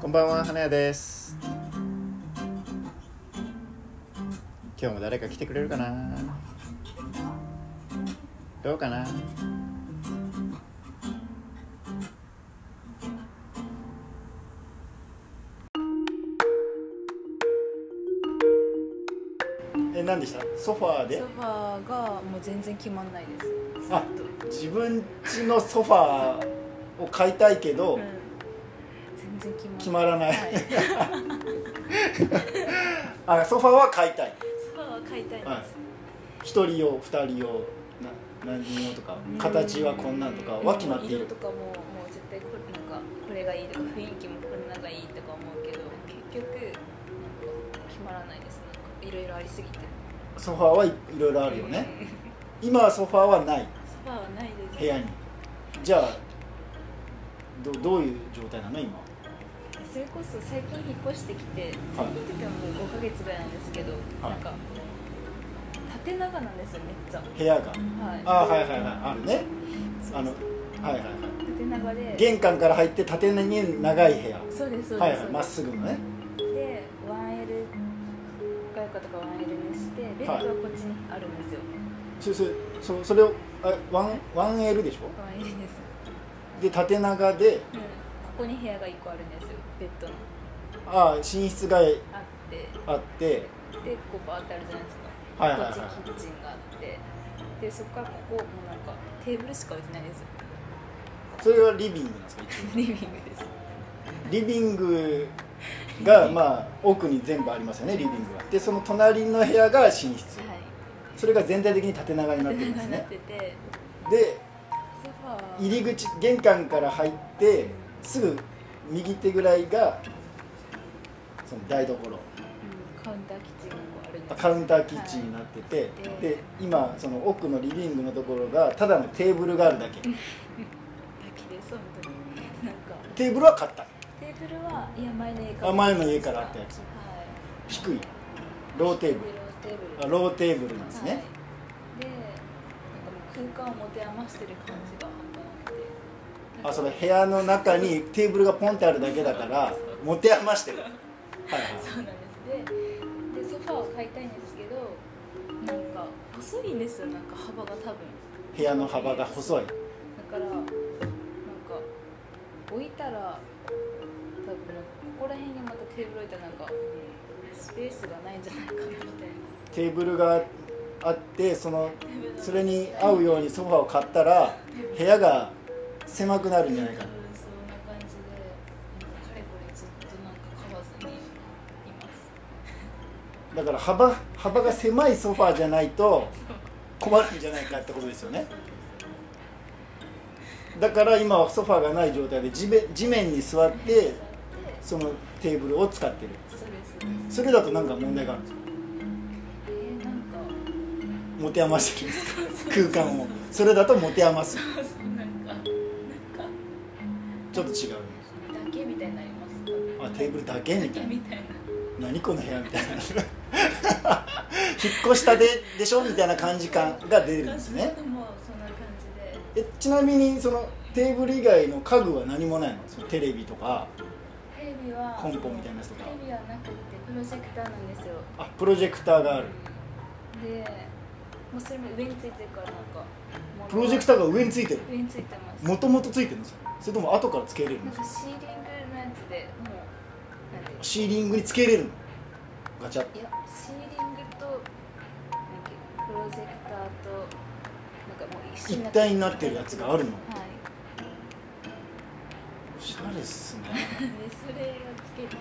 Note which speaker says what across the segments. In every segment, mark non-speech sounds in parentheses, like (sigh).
Speaker 1: こんばんは、花屋です。今日も誰か来てくれるかな。どうかな。え、何でした。ソファーで
Speaker 2: ソ。ファーがもう全然決まんないですずっ
Speaker 1: あ
Speaker 2: と、
Speaker 1: 自分家のソファーを買いたいけど。
Speaker 2: うん全然決まんない
Speaker 1: 決まらない
Speaker 2: はい、
Speaker 1: あ、ソファーは買いたい。
Speaker 2: ソファーは買いたいです、
Speaker 1: はい一人用二人用な何人用とか形はこんなんとか
Speaker 2: うん
Speaker 1: は決まってい
Speaker 2: 色
Speaker 1: る
Speaker 2: とかももう絶対これなんかこれがいいとか雰囲気もこんなのがいいとか思うけど結局なんか決まらないですなんかいろいろありすぎて
Speaker 1: ソファーはいいろいろあるよね今はソファーはない
Speaker 2: うんソファーはないです
Speaker 1: 部屋にじゃあどどういう状態なの今
Speaker 2: それこそ最近引っ越してきて最近って言ってももう5ヶ月ぐらいなんですけど、
Speaker 1: はい
Speaker 2: なんか縦長なんですよめっちゃ
Speaker 1: 部屋が
Speaker 2: はい
Speaker 1: あはいはいはいあるね
Speaker 2: そう
Speaker 1: あのはいはいはい
Speaker 2: 縦長で
Speaker 1: 玄関から入って縦に長い部屋
Speaker 2: そうですそうです、
Speaker 1: はいはいまっ
Speaker 2: そ
Speaker 1: すぐのね
Speaker 2: うですで 1L が良かったから 1L にしてベッドはこっちにあるんですよ、
Speaker 1: そそそそれをあワン 1L でしょ
Speaker 2: 1L です、
Speaker 1: で縦長で
Speaker 2: うん、ここに部屋が1個あるんですよベッドの
Speaker 1: あ寝室が
Speaker 2: あって
Speaker 1: あって
Speaker 2: でこうバーってあるじゃないですか
Speaker 1: はいはい
Speaker 2: こ
Speaker 1: は
Speaker 2: っ
Speaker 1: い
Speaker 2: ちキッチンがあってでそこからここもうなんかテーブルしか置いてないんですよ
Speaker 1: それはリビングなんですか一応
Speaker 2: リビングです
Speaker 1: リビングがまあ奥に全部ありますよねリビングがでその隣の部屋が寝室
Speaker 2: は
Speaker 1: それが全体的に縦長にないってるんで
Speaker 2: な
Speaker 1: す
Speaker 2: っ
Speaker 1: ね
Speaker 2: てて
Speaker 1: で
Speaker 2: ソファー
Speaker 1: 入り口玄関から入ってすぐ右手ぐらいがその台所
Speaker 2: うんカウンターキッチンがこうあるんですよ
Speaker 1: カウンターキッチンになってて、
Speaker 2: はい
Speaker 1: で今その奥のリビングのところがただのテーブルがあるだけ
Speaker 2: 焼きです本当になんか
Speaker 1: テーブルは買った
Speaker 2: テーブルはいや前の家
Speaker 1: あ前の家からあったやつ
Speaker 2: はい
Speaker 1: 低いローテーブル
Speaker 2: テーブル
Speaker 1: あローテーブルなんですね、
Speaker 2: はい、でなんかもう空間を持て余してる感じが半端なくてなんか
Speaker 1: あその部屋の中にテーブルがポンってあるだけだから持て余してるはい
Speaker 2: そうなんですででソファーを買いたいんですけどなんか細いんですよなんか幅が多分
Speaker 1: はい部屋の幅が細い
Speaker 2: だからなんか置いたら多分なんかここら辺にまたテーブル置いたらなんかうんスペースがないんじゃないかなみたいな
Speaker 1: テーブルがあってそのそれに合うようにソファーを買ったら部屋が狭くなるんじゃないか
Speaker 2: うんそんな感じでなんかかれこれずっとなんか買わずにいます
Speaker 1: だから幅幅が狭いソファーじゃないと困るんじゃないかってことですよねだから今はソファーがない状態で地べ地面に座ってそのテーブルを使ってる
Speaker 2: そうですそうです
Speaker 1: それだとなんか問題があるんですよ
Speaker 2: えー、なんか
Speaker 1: 持て余してるんです空間をそれだと持て余す
Speaker 2: なんかなんか
Speaker 1: ちょっと違う
Speaker 2: だけみたいになります
Speaker 1: あテーブルだけみ
Speaker 2: だ
Speaker 1: た
Speaker 2: け
Speaker 1: いな
Speaker 2: みたいな
Speaker 1: 何この部屋みたいな引っ越したででしょみたいな感じ感が出るんですね
Speaker 2: でもそんな感じで
Speaker 1: えちなみにそのテーブル以外の家具は何もないのそのテレビとか
Speaker 2: テレビは
Speaker 1: コンポみたいなやつとか
Speaker 2: テレビはなくてプロジェクターなんですよ
Speaker 1: あプロジェクターがある
Speaker 2: でもうそれも上についてるからなんか
Speaker 1: プロジェク
Speaker 2: タ
Speaker 1: ターが上についてる
Speaker 2: 上についてます
Speaker 1: もともとついてるんですよそれとも後からつけれるん
Speaker 2: なん
Speaker 1: で
Speaker 2: か
Speaker 1: すか
Speaker 2: シーリングのやつでもうなんていうの
Speaker 1: シーリングにつけれるのガチャッ
Speaker 2: いやシーリングとなんかプロジェクターとなんかもう一緒
Speaker 1: 一体になってるやつがあるの
Speaker 2: はい (laughs)
Speaker 1: おしゃれっすね
Speaker 2: でそれをつけてて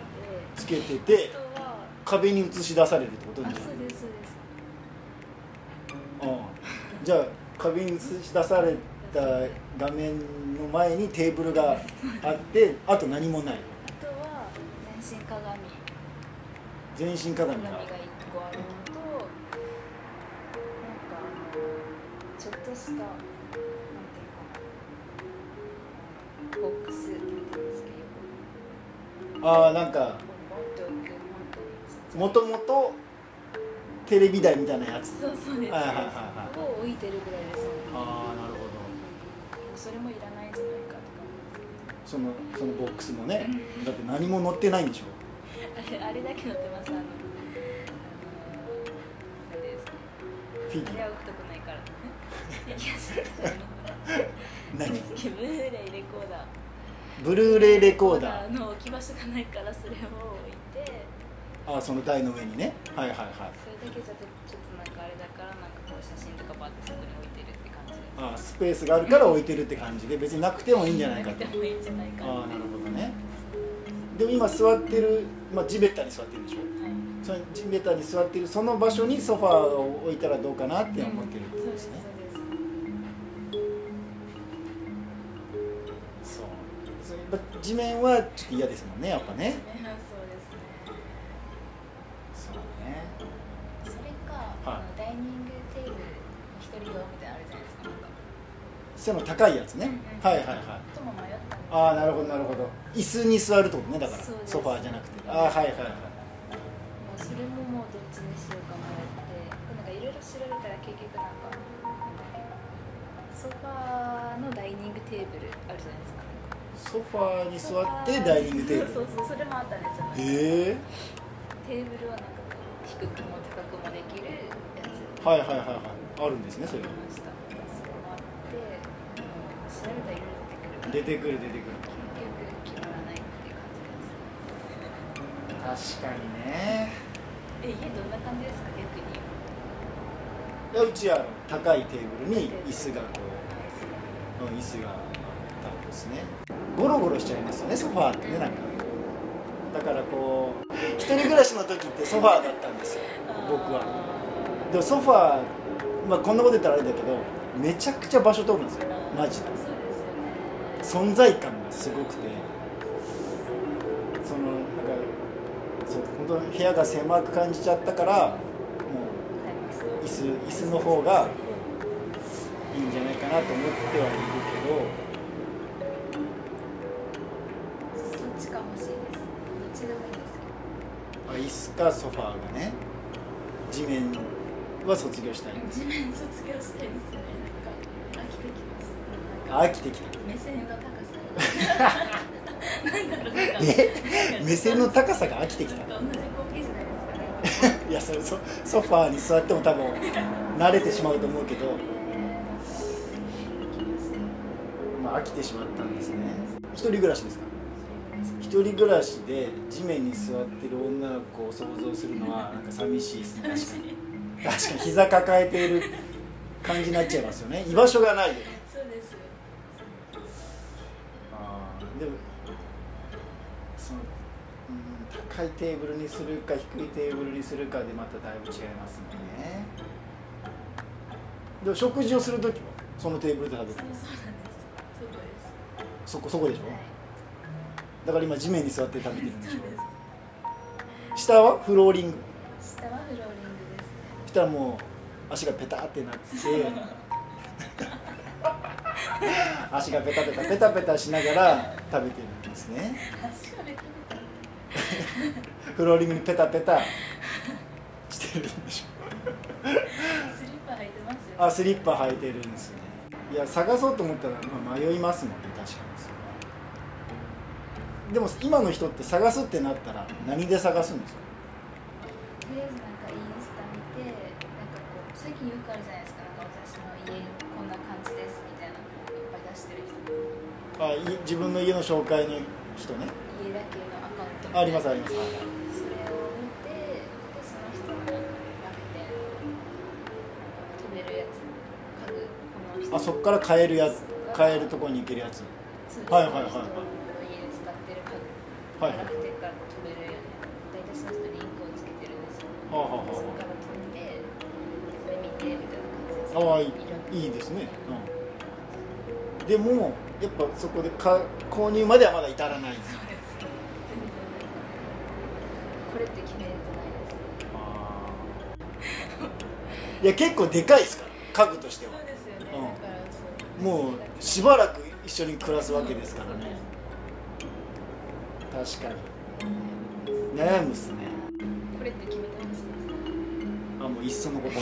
Speaker 1: つけてて
Speaker 2: あとは
Speaker 1: 壁に映し出されるってこと
Speaker 2: あ
Speaker 1: になる
Speaker 2: そうですそうです
Speaker 1: うんじゃあ壁に映し出された画面の前にテーブルがあ (laughs) ってあと何もない
Speaker 2: あとは全身鏡
Speaker 1: 全身鏡
Speaker 2: 鏡が
Speaker 1: が
Speaker 2: 1個あるのとなんかあのちょっとしたなんていうかなボックスって言うんですけど
Speaker 1: ああなんか
Speaker 2: ボンボンと置くボンと置く
Speaker 1: もともとテレビ台みたいなやつ
Speaker 2: そうそうです、
Speaker 1: はいはいはい
Speaker 2: を置いてるぐらいです
Speaker 1: ああなるほど
Speaker 2: それもいらないんじゃないかとか
Speaker 1: そのそのボックスもねだって何も載ってないんでしょ
Speaker 2: あれあれだけ載ってますあのあのあれです
Speaker 1: フィギ
Speaker 2: あれ
Speaker 1: ュア
Speaker 2: は置くとこないからねフィギュアステーションの
Speaker 1: 何
Speaker 2: 次ブルーレイレコーダー
Speaker 1: ブルーレイレコーダー
Speaker 2: の置き場所がないからそれを置いて
Speaker 1: あその台の上にねはいはいはい
Speaker 2: それだけじゃちょっとなんかあれだからなんかこう写真とかバッてそこに置いてるって感じです
Speaker 1: あスペースがあるから置いてるって感じで別になくてもいいんじゃないかと
Speaker 2: でもいいんじゃないか
Speaker 1: ああ
Speaker 2: な
Speaker 1: なるほどねでも今座ってる、まあ、地べたに座ってるでしょ
Speaker 2: はい
Speaker 1: その地べたに座ってるその場所にソファーを置いたらどうかなって思ってるん
Speaker 2: そう
Speaker 1: で
Speaker 2: ですす
Speaker 1: ね、
Speaker 2: そうで
Speaker 1: そうそれやっぱ地面はちょっと嫌ですもんねやっぱ
Speaker 2: す
Speaker 1: ね
Speaker 2: ねそうですね
Speaker 1: そうね
Speaker 2: それか、あのダイニングテーブル一人用みたいなのあるじゃないですかなんか
Speaker 1: 背の高いやつね、
Speaker 2: うん
Speaker 1: はいはいはい
Speaker 2: とも迷ったんです
Speaker 1: ああなるほどなるほど椅子に座るってことねだから
Speaker 2: そうです
Speaker 1: ソファーじゃなくてああはいはいはい
Speaker 2: もうそれももうどっちにしようか迷ってなんかいろいろ調べたら結局なんかなんだっけソファーのダイニングテーブルあるじゃないですか
Speaker 1: ソファーに座ってダイニングテーブ
Speaker 2: そう
Speaker 1: ル
Speaker 2: そうそうそれもあったんですよなんか
Speaker 1: へえ
Speaker 2: テーブルはなんかこう低くも高くもできるやつ
Speaker 1: ー、はいはいはいはいあるんですねそ
Speaker 2: あ
Speaker 1: れ
Speaker 2: りましたそれもあってもう調べたらいろいろ出てくるから
Speaker 1: 出てくる出てくる
Speaker 2: 結局決まらないっていう感じです
Speaker 1: 確かにね
Speaker 2: え家どんな感じですか逆に
Speaker 1: いやうちはあの高いテーブルに椅子がこううん椅子があったんですねゴロゴロしちゃいますよねソファーってねなんかだからこう一人暮らしの時ってソファーだったんですよ僕はでもソファー、まあ、こんなこと言ったらあれだけどめちゃくちゃ場所取るんですよマジで
Speaker 2: そうですよね
Speaker 1: 存在感がすごくてそのなんかそう本当に部屋が狭く感じちゃったからも
Speaker 2: 買います
Speaker 1: う椅子椅子の方がいいんじゃないかなと思ってはいる
Speaker 2: そっちか欲しいですどっちでもいいですけど
Speaker 1: けど、まあ、椅子かソファーがね地面は卒業したい
Speaker 2: 地面卒業したいですねなんか飽きてきますなんか
Speaker 1: 飽きてきた
Speaker 2: 目線の高さがなんだろうなんか
Speaker 1: え目線の (laughs) 高さが飽きてき
Speaker 2: な
Speaker 1: た
Speaker 2: んか同じ光景じゃないですか
Speaker 1: いやそれソソファーに座っても多分慣れてしまうと思うけど、まあ、飽きてしまったんですね一人暮らしですか一人暮らしで地面に座ってる女の子を想像するのはなんか寂しいですね確かに確かに膝抱えている感じになっちゃいますよね居場所がないよね
Speaker 2: そうですよ
Speaker 1: でもその、うん、高いテーブルにするか低いテーブルにするかでまただいぶ違いますもんねでも食事をする時はそのテーブルで食べ
Speaker 2: そうそうな
Speaker 1: る
Speaker 2: んですそうです
Speaker 1: そこそこでしょだから今地面に座って食べてるんでしょ下はフローリング
Speaker 2: 下はフローリングですね
Speaker 1: したらもう足がペタってなって (laughs) 足がペタペタペタペタしながら食べてるんですね
Speaker 2: 足がめくれた
Speaker 1: フローリングにペタペタしてるんでし
Speaker 2: スリッパ履いてますよ
Speaker 1: ょあスリッパ履いてるんですねいや探そうと思ったら、まあ、迷いますもんね確かにそれはでも今の人って探すってなったら何で探すんですか
Speaker 2: とりあえずなんかインスタ見てなんかこう最近よくあるじゃないですかなんか私の家こんな感じですみたいなのいっぱい出してる人
Speaker 1: あい自分の家の紹介の人ね
Speaker 2: 家だけのアカウントみたいな
Speaker 1: ありますありますはいはい
Speaker 2: それを見てでその人の楽天なんか飛べるやつ家具この人
Speaker 1: あそっから買えるやつ買えるとこに行けるやつ
Speaker 2: そうです
Speaker 1: はいはい
Speaker 2: そ
Speaker 1: はい
Speaker 2: の人の家で使ってる家具
Speaker 1: はいはい
Speaker 2: 楽天から飛べるよね大体その人リンクをつけてるんですよ
Speaker 1: はあ、はあは
Speaker 2: そこから飛んでそれ見てみたいな感じです
Speaker 1: あ、ああ
Speaker 2: ろ
Speaker 1: い
Speaker 2: んない
Speaker 1: いいですね、うん、でもやっぱそこでか購入まではまだ至らない
Speaker 2: そうです全然これって決めれてないです
Speaker 1: いや結構でかいですから家具としては
Speaker 2: そうですよね、
Speaker 1: うん
Speaker 2: だからそう
Speaker 1: もうしばらく一緒に暮らすわけですからね確かに悩むっすね
Speaker 2: これって決めたんですか
Speaker 1: あもういっそのこと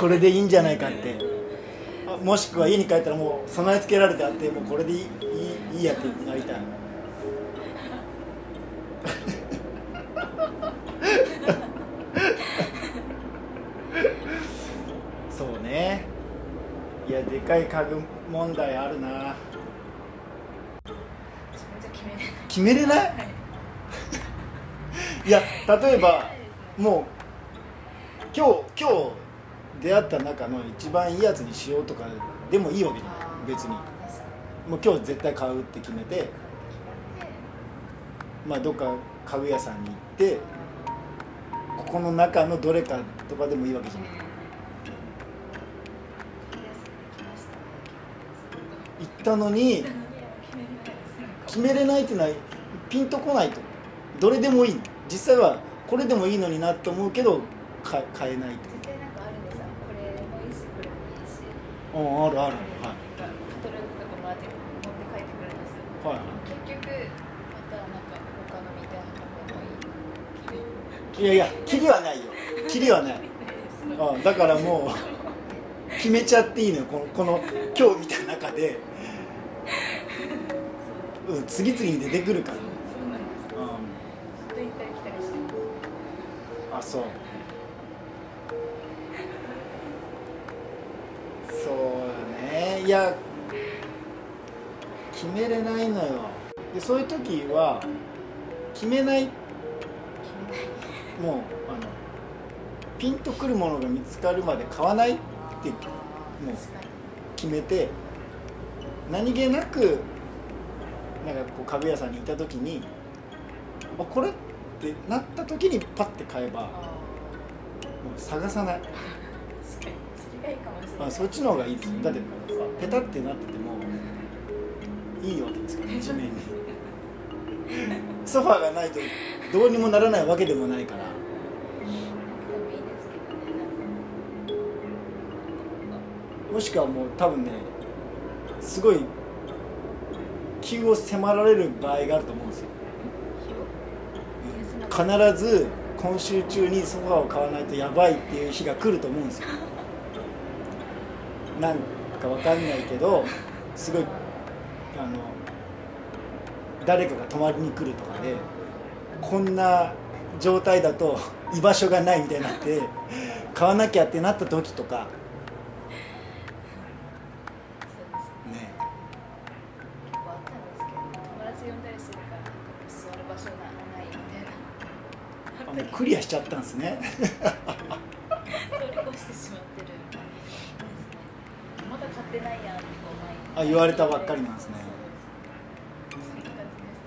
Speaker 1: これでいいんじゃないかってあもしくは家に帰ったらもう備え付けられてあってもうこれでいいいいいいやってなりたいそうねいやでかい家具問題あるな
Speaker 2: 自分じゃ決めれない
Speaker 1: 決めれないいや例えばもう今日今日出会った中の一番いいやつにしようとかでもいいわけじゃ
Speaker 2: あー
Speaker 1: ない別に
Speaker 2: 確か
Speaker 1: もう今日絶対買うって決めて、まあ、どっか家具屋さんに行ってここの中のどれかとかでもいいわけじゃない行ったのに決めれないっていうのはピンとこないとどれでもいい実際はこれでもいいのになと思うけどか買えないと
Speaker 2: 絶対なんかあるんですよこれもいいしこれもいいし
Speaker 1: うんあるあ
Speaker 2: なんか
Speaker 1: る
Speaker 2: カタログとかもらって持って帰ってくるんですよ
Speaker 1: はい、はい、
Speaker 2: 結局またなんか他の見てはもいい切り
Speaker 1: いやいやキリはないよキリはない
Speaker 2: ですなんか
Speaker 1: あだからもう決めちゃっていいのよこのこの今日見た中で、
Speaker 2: そう
Speaker 1: うん、次々に出てくるか
Speaker 2: そうそうなんです
Speaker 1: ら、うん
Speaker 2: ずっと行ったり来たりしてます
Speaker 1: あそうそうねいや決めれないのよでそういう時は決めないもうあのピンとくるものが見つかるまで買わないってもう
Speaker 2: 確かに
Speaker 1: 決めて何気なくなんかこう家具屋さんにいた時にあこれってなった時にパッて買えばも
Speaker 2: あ
Speaker 1: う探さない
Speaker 2: ー確かにそれがいいかもしれない
Speaker 1: あそっちの方がいいですよだってペタってなっててもいいわけですから地面にソファーがないとどうにもならないわけでもないから
Speaker 2: でもいいですけどねなんか
Speaker 1: もしくはもう多分ねすごい急を迫られる場合があると思うんですよ必ず今週中にソファーを買わないとやばいっていう日が来ると思うんです (laughs) よなんかわかんないけどすごいあの誰かが泊まりに来るとかでこんな状態だと居場所がないみたいになって買わなきゃってなった時とか
Speaker 2: そうです
Speaker 1: ね
Speaker 2: 結構あったんですけど友達呼んだりするからなんか座る場所がないみたいな
Speaker 1: あもうクリアしちゃったんですね
Speaker 2: 通り越してしまってるんですねまだ買ってないやんってこう毎日
Speaker 1: あ言われたばっかりなんですね
Speaker 2: そうですそんな感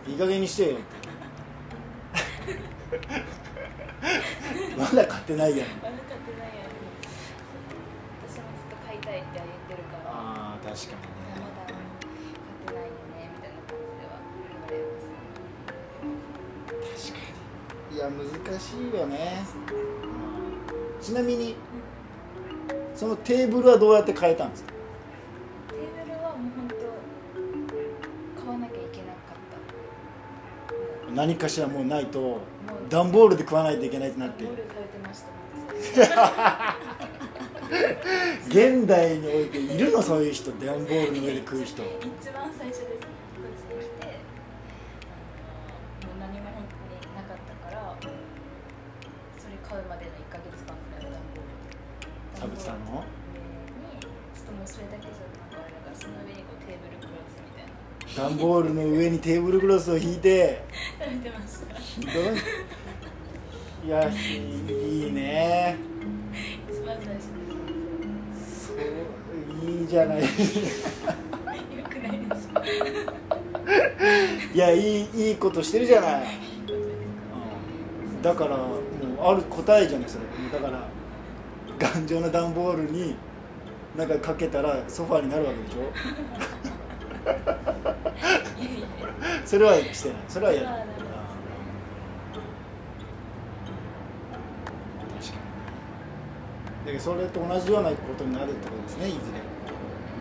Speaker 2: じです
Speaker 1: いい加減にしてよって (laughs) まだ買ってな
Speaker 2: まだ買ってな
Speaker 1: いやん
Speaker 2: いやん私もずっと買いたいって言ってるからまだ
Speaker 1: ああ確かにね
Speaker 2: 買ってないよねみたいな感じでは言われますね
Speaker 1: 確かにいや難しいよねちなみにそのテーブルはどうやって変えたんですか
Speaker 2: テーブルはもう本当買わなきゃいけなかった
Speaker 1: 何かしらもうないと段ボールで食わないといけないってな (laughs) って
Speaker 2: モール食べてましたもん
Speaker 1: 現代においているのそういう人段ボールの上で食う人
Speaker 2: 一番最初ですこっちに来てあのもう何も本当になかったからそれ買うまでの1ヶ月間ぐらいは
Speaker 1: 田
Speaker 2: 段ボール
Speaker 1: 淵さんの
Speaker 2: にちょっともうそれだけじゃなんかあれだからその上にこうテーブルクロスみたいなの
Speaker 1: 段ボールの上にテーブルクロスを引いて
Speaker 2: (laughs) 食べてました
Speaker 1: ひどいいやひいいね
Speaker 2: 一番最初です
Speaker 1: そういいじゃない
Speaker 2: よくないですか
Speaker 1: いやいいいいことしてるじゃない、うんだからもうある答えじゃないそれだから頑丈な段ボールになんかかけたらソファーになるわけでしょ
Speaker 2: いやいや
Speaker 1: それはしてないそれはやる
Speaker 2: まあなるほど
Speaker 1: 確かにだけどそれと同じようなことになるってことですねいず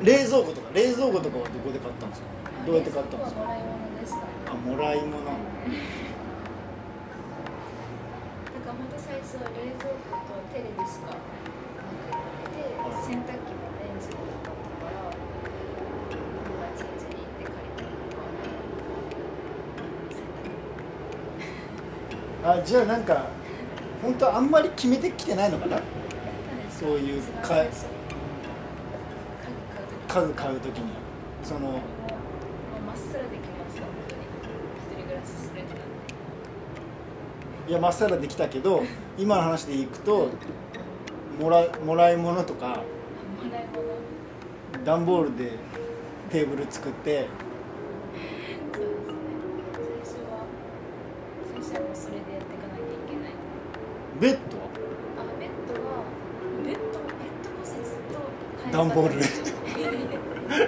Speaker 1: れ冷蔵庫とか冷蔵庫とかはどこで買ったんですかどうやって買ったんです
Speaker 2: も
Speaker 1: から
Speaker 2: い物でした
Speaker 1: あもらい物
Speaker 2: だから本当最初は冷蔵庫とテレビしかなくて洗濯機もレンジとかとか
Speaker 1: あじゃあなんか本当あんまり決めてきてないのかなそういう
Speaker 2: 一番
Speaker 1: か
Speaker 2: 最初家具買う
Speaker 1: 家具買う時にその
Speaker 2: もうまっすらできます本当に一人暮らしするってなって
Speaker 1: いやまっさらできたけど今の話でいくともらもらい物とか
Speaker 2: あもらい物
Speaker 1: 段ボールでテーブル作って
Speaker 2: そうですね最初は最初はもうそれでやっていかなきゃいけない
Speaker 1: ベッド
Speaker 2: あベッドはベッドベッド骨折と
Speaker 1: 段ボール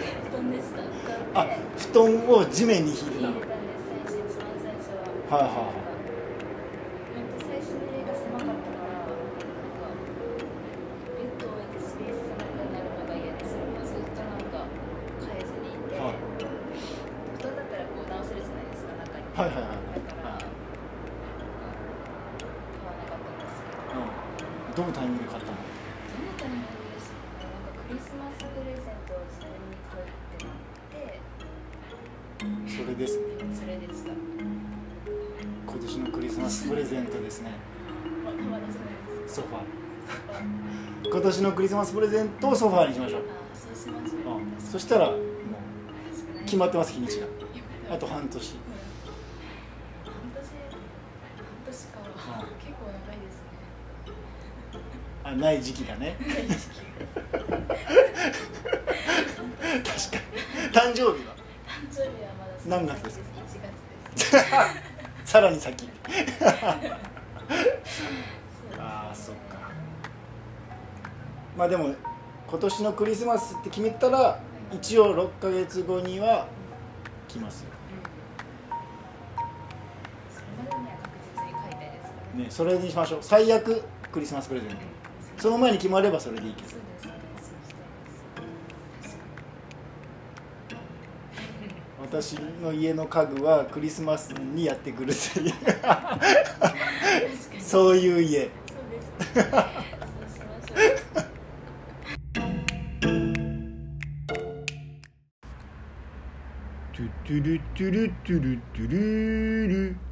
Speaker 2: 布団でした布団
Speaker 1: あ
Speaker 2: で
Speaker 1: 布団を地面に引いてた
Speaker 2: 入
Speaker 1: の
Speaker 2: れたんです最初一番最初は
Speaker 1: はいはい
Speaker 2: なんかほんと最初の家が狭かったからなんかベッドを置いてスペース狭くなるのが嫌でそれもずっとなんか変えずにいて、
Speaker 1: はい
Speaker 2: 布団だったらこう直せるじゃないですか中に
Speaker 1: はいはいはい
Speaker 2: だからなんか買わなかったんですけど
Speaker 1: うんどのタイミングで買ったの
Speaker 2: どのタイミングですかねなんかクリスマスプレゼントを自分に買うってなって
Speaker 1: それですね
Speaker 2: それでした
Speaker 1: 今年のクリスマスプレゼントですね
Speaker 2: まあたまらじゃないです
Speaker 1: ソファ
Speaker 2: か
Speaker 1: ー今年のクリスマスプレゼントをソファーにしましょう、
Speaker 2: あそうしましょう。
Speaker 1: うん、そしたらもう決まってます日にちが
Speaker 2: た
Speaker 1: あと半
Speaker 2: 半
Speaker 1: 年
Speaker 2: 年半年か結構
Speaker 1: あ
Speaker 2: 長いですね。
Speaker 1: あない時期だね確か (laughs) に誕生日は
Speaker 2: 誕生日はまだ
Speaker 1: 何月です
Speaker 2: か？一月です。
Speaker 1: (laughs) さらに先
Speaker 2: そうです
Speaker 1: ああそっかまあでも今年のクリスマスって決めたら一応6ヶ月後には来ますよ
Speaker 2: うんそれまでには確実に買いたいですね。
Speaker 1: ねそれにしましょう最悪クリスマスプレゼン
Speaker 2: うん
Speaker 1: トその前に決まればそれでいいけど
Speaker 2: そうですそうですそうしたいです。確か
Speaker 1: 私の家の家具はクリスマスにやってくるっていう
Speaker 2: に確かに。
Speaker 1: そういう (laughs) 家
Speaker 2: そうです。そうしましょう。
Speaker 1: トゥトゥルトゥルトゥルトゥルル